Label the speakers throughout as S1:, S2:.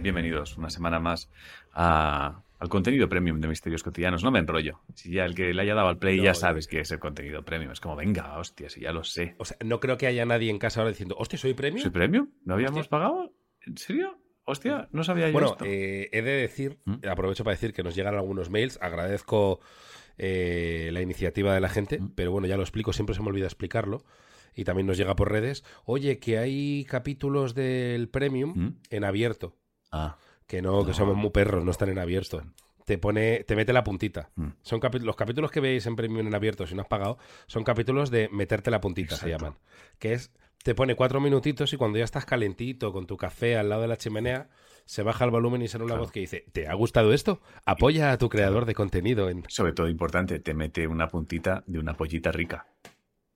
S1: bienvenidos una semana más a, al contenido premium de Misterios Cotidianos. No me enrollo. Si ya el que le haya dado al play
S2: No,
S1: ya
S2: yo-
S1: sabes que es el contenido premium. Es como, venga, hostia, si ya lo sé.
S2: O sea, no creo que haya nadie en casa ahora diciendo, hostia, soy premio.
S1: ¿Soy premium? ¿No habíamos
S2: Hostia.
S1: pagado? ¿En serio? Hostia, no sabía yo
S2: Bueno,
S1: esto.
S2: eh, he de decir,
S1: ¿Mm?
S2: aprovecho para decir que nos llegan algunos mails. Agradezco eh, la iniciativa de la gente,
S1: Mm.
S2: pero bueno, ya lo explico, siempre se me olvida explicarlo. Y también nos llega por redes. Oye, que hay capítulos del Premium
S1: ¿Mm?
S2: en abierto.
S1: Ah,
S2: Que no, que
S1: No.
S2: somos muy perros, no están en abierto. Te pone, te mete la puntita.
S1: Mm.
S2: Son capi- los capítulos que veis en Premium en abierto, si no has pagado, son capítulos de meterte la puntita, se
S1: Exacto.
S2: llaman. Que es, te pone cuatro minutitos y cuando ya estás calentito con tu café al lado de la chimenea, se baja el volumen y sale una
S1: Claro.
S2: voz que dice, ¿te ha gustado esto? Apoya a tu creador de contenido en...
S1: sobre todo importante, te mete una puntita de una pollita rica.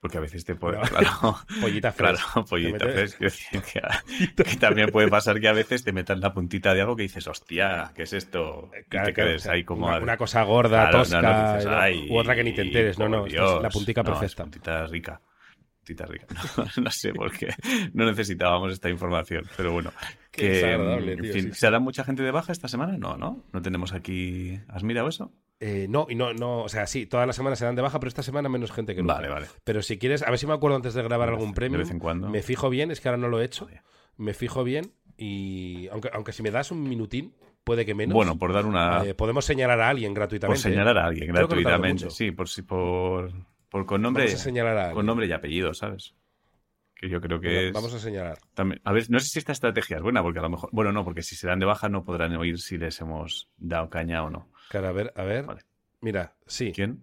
S1: Porque a veces te puede.
S2: No.
S1: Claro,
S2: Pollita
S1: claro,
S2: Fresh.
S1: pollita
S2: Te mete-
S1: fresh, quiero decir que, que también puede pasar que a veces te metan la puntita de algo que dices, hostia, ¿qué es esto? Y
S2: Eh, Claro,
S1: te
S2: claro,
S1: quedes
S2: o sea,
S1: ahí como.
S2: una,
S1: a-
S2: una cosa gorda,
S1: Claro, no,
S2: tosca,
S1: no, dices,
S2: ¿no?
S1: "Ay,
S2: u otra que ni te enteres. No, no,
S1: por
S2: esta es la
S1: Dios".
S2: puntica
S1: No, es
S2: perfecta.
S1: puntita rica. Puntita rica. No, no sé por qué. No necesitábamos esta información, pero bueno.
S2: Qué desagradable,
S1: en
S2: tío,
S1: fin,
S2: sí, sí.
S1: ¿Se hará mucha gente de baja esta semana? No, no. No tenemos aquí. ¿Has mirado eso?
S2: Eh, no, y no, no, o sea, sí, todas las semanas se dan de baja, pero esta semana menos gente que nunca.
S1: Vale, vale.
S2: Pero si quieres, a ver si me acuerdo antes de grabar
S1: De
S2: algún
S1: vez- De
S2: premio.
S1: vez en cuando.
S2: Me fijo bien, es que ahora no lo he hecho.
S1: Joder.
S2: Me fijo bien y aunque, aunque si me das un minutín, puede que menos.
S1: Bueno, por dar una.
S2: eh, podemos señalar a alguien gratuitamente.
S1: por señalar a alguien
S2: Creo que no tardo
S1: gratuitamente.
S2: mucho.
S1: Sí, por, si- por, por con nombre.
S2: ¿eh? Vamos a señalar a
S1: Con
S2: alguien.
S1: nombre y apellido, ¿sabes? Que yo creo que es.
S2: Vamos a señalar.
S1: También- a ver, no sé si esta estrategia es buena, porque a lo mejor. Bueno, no, porque si se dan de baja no podrán oír si les hemos dado caña o no.
S2: Claro, a ver, a ver.
S1: Vale.
S2: Mira, sí.
S1: ¿Quién?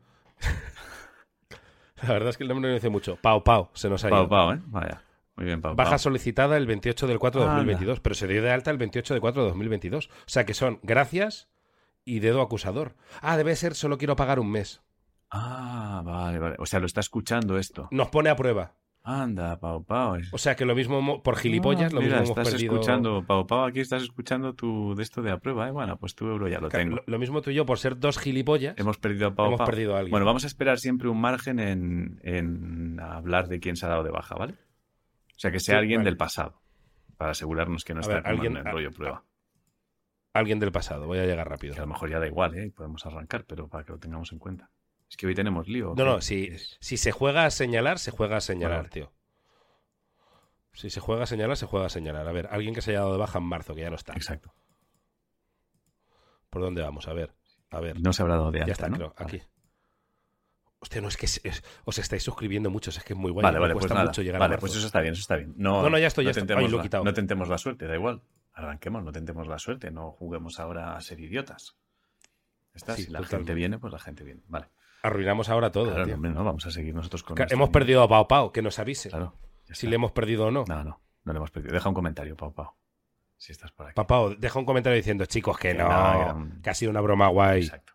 S2: La verdad es que el nombre no dice mucho. Pau Pau, se nos ha
S1: Pau
S2: ido.
S1: Pau, ¿eh? Vaya. Muy bien, Pau.
S2: Baja
S1: Pau.
S2: solicitada el 28 del 4 de
S1: Anda.
S2: 2022, pero se dio de alta el 28 del 4 de 2022. O sea que son gracias y dedo acusador. Ah, debe ser solo quiero pagar un mes.
S1: Ah, vale, vale. O sea, lo está escuchando esto.
S2: Nos pone a prueba.
S1: Anda, Pau Pau.
S2: O sea que lo mismo hemo- por gilipollas,
S1: Ah,
S2: lo
S1: mira,
S2: mismo
S1: estás
S2: hemos perdido.
S1: escuchando, Pau Pau, aquí estás escuchando tu de esto de a prueba, ¿eh? Bueno, pues tu euro ya lo
S2: Claro,
S1: tengo.
S2: Lo, lo mismo tú y yo, por ser dos gilipollas, hemos,
S1: Hemos perdido a Pau Pau.
S2: perdido a alguien.
S1: Bueno, vamos a esperar siempre un margen en, en hablar de quién se ha dado de baja, ¿vale? O sea, que sea
S2: Sí,
S1: alguien
S2: vale.
S1: del pasado, para asegurarnos que no
S2: A
S1: está
S2: ver,
S1: tomando
S2: alguien-
S1: en rollo
S2: a-
S1: prueba.
S2: Alguien del pasado, voy a llegar rápido.
S1: Que a lo mejor ya da igual, ¿eh? Y Podemos arrancar, pero para que lo tengamos en cuenta. Es que hoy tenemos lío. ¿o qué?
S2: No, no, si,
S1: Es-
S2: si se juega a señalar, se juega a señalar,
S1: Vale.
S2: tío. Si se juega a señalar, se juega a señalar. A ver, alguien que se haya dado de baja en marzo, que ya no está.
S1: Exacto.
S2: ¿Por dónde vamos? A ver, a ver.
S1: No se habrá dado de alta,
S2: ya está,
S1: ¿no?
S2: creo,
S1: Vale.
S2: aquí. Hostia, no, es que es- es- os estáis suscribiendo muchos, es que es muy guay.
S1: Vale,
S2: me
S1: vale, pues
S2: cuesta
S1: nada.
S2: mucho llegar a
S1: Vale,
S2: marzo.
S1: pues eso está bien, eso está bien. No,
S2: No, no, ya estoy, ya estoy.
S1: tentemos
S2: Ay, lo he
S1: la-
S2: quitado.
S1: no tentemos la suerte, da igual. Arranquemos, no tentemos la suerte, no juguemos ahora a ser idiotas. Ya Está,
S2: Sí,
S1: si la
S2: totalmente.
S1: gente viene, pues la gente viene. Vale.
S2: Arruinamos ahora todo,
S1: Claro,
S2: tío.
S1: no, hombre, no, vamos a seguir nosotros con
S2: Ca-
S1: nuestra
S2: Hemos
S1: línea.
S2: perdido a Pau Pau, que nos avise
S1: Claro. ya
S2: si
S1: está.
S2: le hemos perdido o no.
S1: No, no, no le hemos perdido. Deja un comentario, Pau Pau. Si estás por aquí.
S2: Papá, deja un comentario diciendo, chicos, que
S1: Que
S2: no,
S1: no, que era un-
S2: que ha sido una broma guay.
S1: Exacto.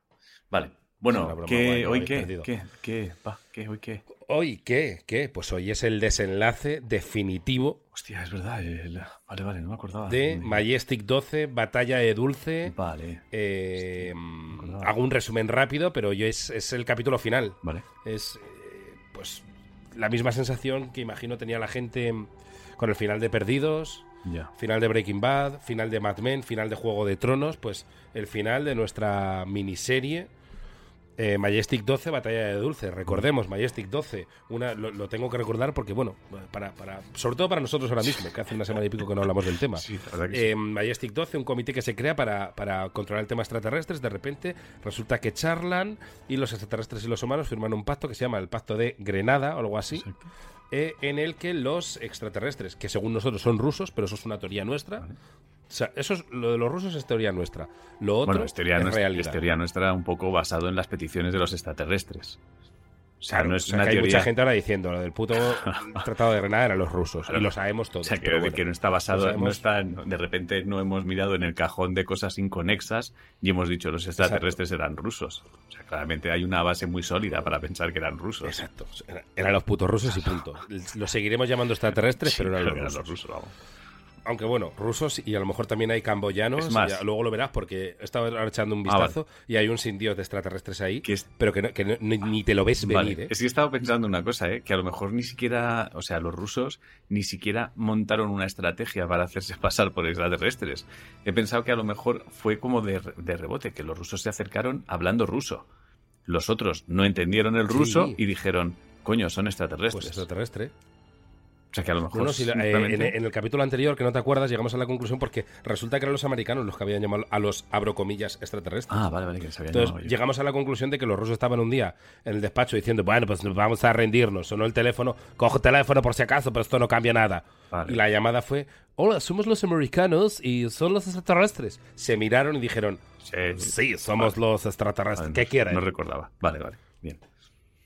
S1: Vale.
S2: Es una
S1: Bueno,
S2: broma
S1: ¿qué-
S2: guay, lo
S1: hoy
S2: habéis
S1: qué,
S2: perdido.
S1: qué, qué, pa, qué, hoy qué.
S2: ¿Hoy qué? ¿Qué? Pues hoy es el desenlace definitivo
S1: Hostia, es verdad. el- Vale, vale, no me acordaba.
S2: de
S1: Me-
S2: Majestic 12, Batalla de Dulce.
S1: Vale,
S2: Eh,
S1: me acordaba.
S2: hago un resumen rápido, pero yo es, es el capítulo final.
S1: vale.
S2: Es eh, pues la misma sensación que imagino tenía la gente con el final de Perdidos,
S1: Ya.
S2: final de Breaking Bad, final de Mad Men, final de Juego de Tronos, pues el final de nuestra miniserie eh, Majestic 12, Batalla de Dulce. Recordemos, Majestic 12, una, lo, lo tengo que recordar porque, bueno, para, para, sobre todo para nosotros ahora mismo, que hace una semana y pico que no hablamos del tema.
S1: Sí, la verdad que sí.
S2: Eh, Majestic 12, un comité que se crea para, para controlar el tema extraterrestres. De repente resulta que charlan y los extraterrestres y los humanos firman un pacto que se llama el Pacto de Grenada o algo así,
S1: Exacto.
S2: eh, en el que los extraterrestres, que según nosotros son rusos, pero eso es una teoría nuestra.
S1: Vale.
S2: O sea, eso es, lo de los rusos es teoría nuestra. Lo otro
S1: Bueno, es teoría,
S2: es
S1: nuestra,
S2: realidad.
S1: es teoría nuestra un poco basado en las peticiones de los extraterrestres. O sea,
S2: Claro,
S1: no es
S2: o sea,
S1: una
S2: que hay
S1: teoría.
S2: mucha gente ahora diciendo lo del puto tratado de Grenada eran los rusos.
S1: Claro.
S2: Y lo sabemos todos.
S1: O sea, quiero
S2: pero
S1: decir
S2: bueno.
S1: que no está basado,
S2: Lo
S1: no está, de repente no hemos mirado en el cajón de cosas inconexas y hemos dicho los extraterrestres eran rusos. O sea, claramente hay una base muy sólida para pensar que eran rusos.
S2: Exacto. O sea, era- Eran los putos rusos y punto. Los seguiremos llamando extraterrestres,
S1: Sí,
S2: pero eran
S1: claro
S2: los
S1: que
S2: rusos.
S1: eran los rusos, vamos.
S2: Aunque bueno, rusos y a lo mejor también hay camboyanos.
S1: Es más. Ah,
S2: y ya- luego lo verás porque estaba ahora echando un vistazo y hay un sin dios de extraterrestres ahí,
S1: Que es-
S2: pero que, no- que no- ni, ni te lo ves venir.
S1: Vale,
S2: ¿eh?
S1: Es que estaba pensando una cosa, ¿eh? que a lo mejor ni siquiera, o sea, los rusos ni siquiera montaron una estrategia para hacerse pasar por extraterrestres. He pensado que a lo mejor fue como de, re- de rebote, que los rusos se acercaron hablando ruso. Los otros no entendieron el
S2: Sí.
S1: ruso y dijeron, coño, son extraterrestres.
S2: Pues extraterrestre.
S1: o sea, que a lo mejor...
S2: No, no, si la- eh, en,
S1: simplemente-
S2: en el capítulo anterior, que no te acuerdas, llegamos a la conclusión porque resulta que eran los americanos los que habían llamado a los, abro comillas, extraterrestres.
S1: Ah, vale, vale, que les había
S2: Entonces
S1: llamado yo.
S2: llegamos a la conclusión de que los rusos estaban un día en el despacho diciendo, bueno, pues nos vamos a rendirnos, sonó el teléfono, cojo el teléfono por si acaso, pero esto no cambia nada.
S1: Vale.
S2: Y la llamada fue, hola, somos los americanos y son los extraterrestres. Se miraron y dijeron,
S1: Sí, sí.
S2: sí, somos los extraterrestres,
S1: Vale,
S2: ¿qué
S1: no-
S2: quieren?
S1: No recordaba. Vale, vale, bien.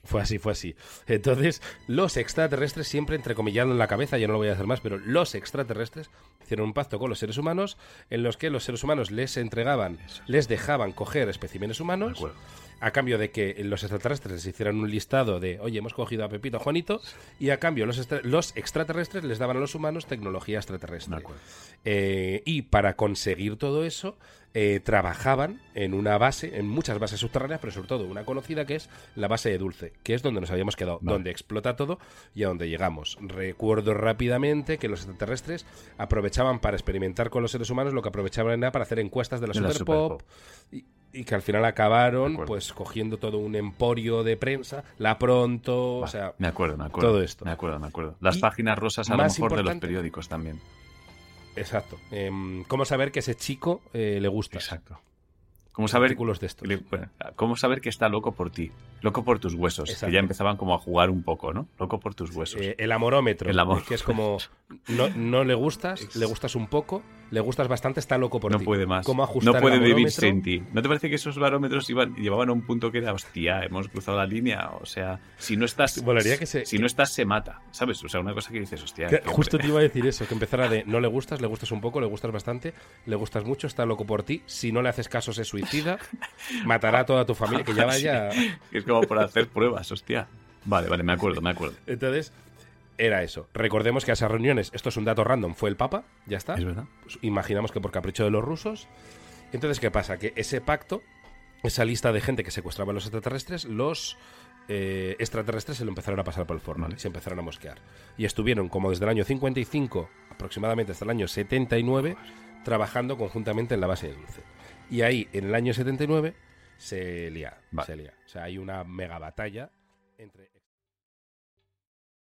S2: Fue así, fue así. Entonces, los extraterrestres, siempre entrecomillado en la cabeza, yo no lo voy a hacer más, pero los extraterrestres hicieron un pacto con los seres humanos en los que los seres humanos les entregaban,
S1: Eso.
S2: les dejaban coger especímenes
S1: De
S2: humanos
S1: acuerdo.
S2: a cambio de que los extraterrestres les hicieran un listado de, oye, hemos cogido a Pepito, a Juanito, y a cambio los, extra- los extraterrestres les daban a los humanos tecnología
S1: De
S2: extraterrestre.
S1: acuerdo.
S2: Eh, y para conseguir todo eso, eh, trabajaban en una base, en muchas bases subterráneas, pero sobre todo una conocida que es la base de Dulce, que es donde nos habíamos quedado,
S1: Vale.
S2: donde explota todo y a donde llegamos. Recuerdo rápidamente que los extraterrestres aprovechaban para experimentar con los seres humanos lo que aprovechaban era para hacer encuestas de la,
S1: De la
S2: Super,
S1: Super
S2: Pop.
S1: Pop.
S2: Y, y que al final
S1: De
S2: acabaron
S1: acuerdo.
S2: pues cogiendo todo un emporio de prensa, la pronto, o
S1: Vale,
S2: sea,
S1: me acuerdo, me acuerdo.
S2: todo esto.
S1: Me acuerdo, me acuerdo. Las
S2: Y
S1: páginas rosas a lo
S2: más
S1: mejor de los
S2: importante-
S1: periódicos también.
S2: exacto. Em, ¿Cómo saber que ese chico eh, le gusta?
S1: Exacto. ¿Cómo saber,
S2: Artículos de estos.
S1: le- bueno, ¿Cómo saber que está loco por ti? Loco por tus huesos.
S2: Exacto.
S1: Que ya empezaban como a jugar un poco, ¿no? Loco por tus huesos.
S2: Eh, el amorómetro,
S1: El amor-
S2: que es como no, no le gustas, le gustas un poco, le gustas bastante, está loco por
S1: no
S2: ti.
S1: puede más.
S2: ¿Cómo
S1: no
S2: ajustar el
S1: puede vivir
S2: amorómetro?
S1: sin ti. ¿No te parece que esos barómetros iban, llevaban a un punto que era, hostia, hemos cruzado la línea? O sea, si no estás.
S2: Molaría que se-
S1: Si no estás, se mata. ¿Sabes? O sea, una cosa que dices, hostia.
S2: Que
S1: qué
S2: justo
S1: hombre.
S2: te iba a decir eso, que empezara de no le gustas, le gustas un poco, le gustas bastante, le gustas mucho, está loco por ti, si no le haces caso se suicida, matará a toda tu familia, que ya vaya...
S1: Es como por hacer pruebas, hostia. Vale, vale, me acuerdo, me acuerdo.
S2: Entonces, era eso. Recordemos que a esas reuniones, esto es un dato random, fue el Papa, ya está.
S1: Es verdad.
S2: pues, imaginamos que por capricho de los rusos. Entonces, ¿qué pasa? Que ese pacto, esa lista de gente que secuestraba a los extraterrestres, los eh, extraterrestres se lo empezaron a pasar por el forno
S1: Vale.
S2: y se empezaron a mosquear. Y estuvieron como desde el año 55 aproximadamente hasta el año 79 trabajando conjuntamente en la base de Dulce. Y ahí, en el año 79, se lía.
S1: Vale.
S2: Se lía. O sea, hay una mega batalla entre...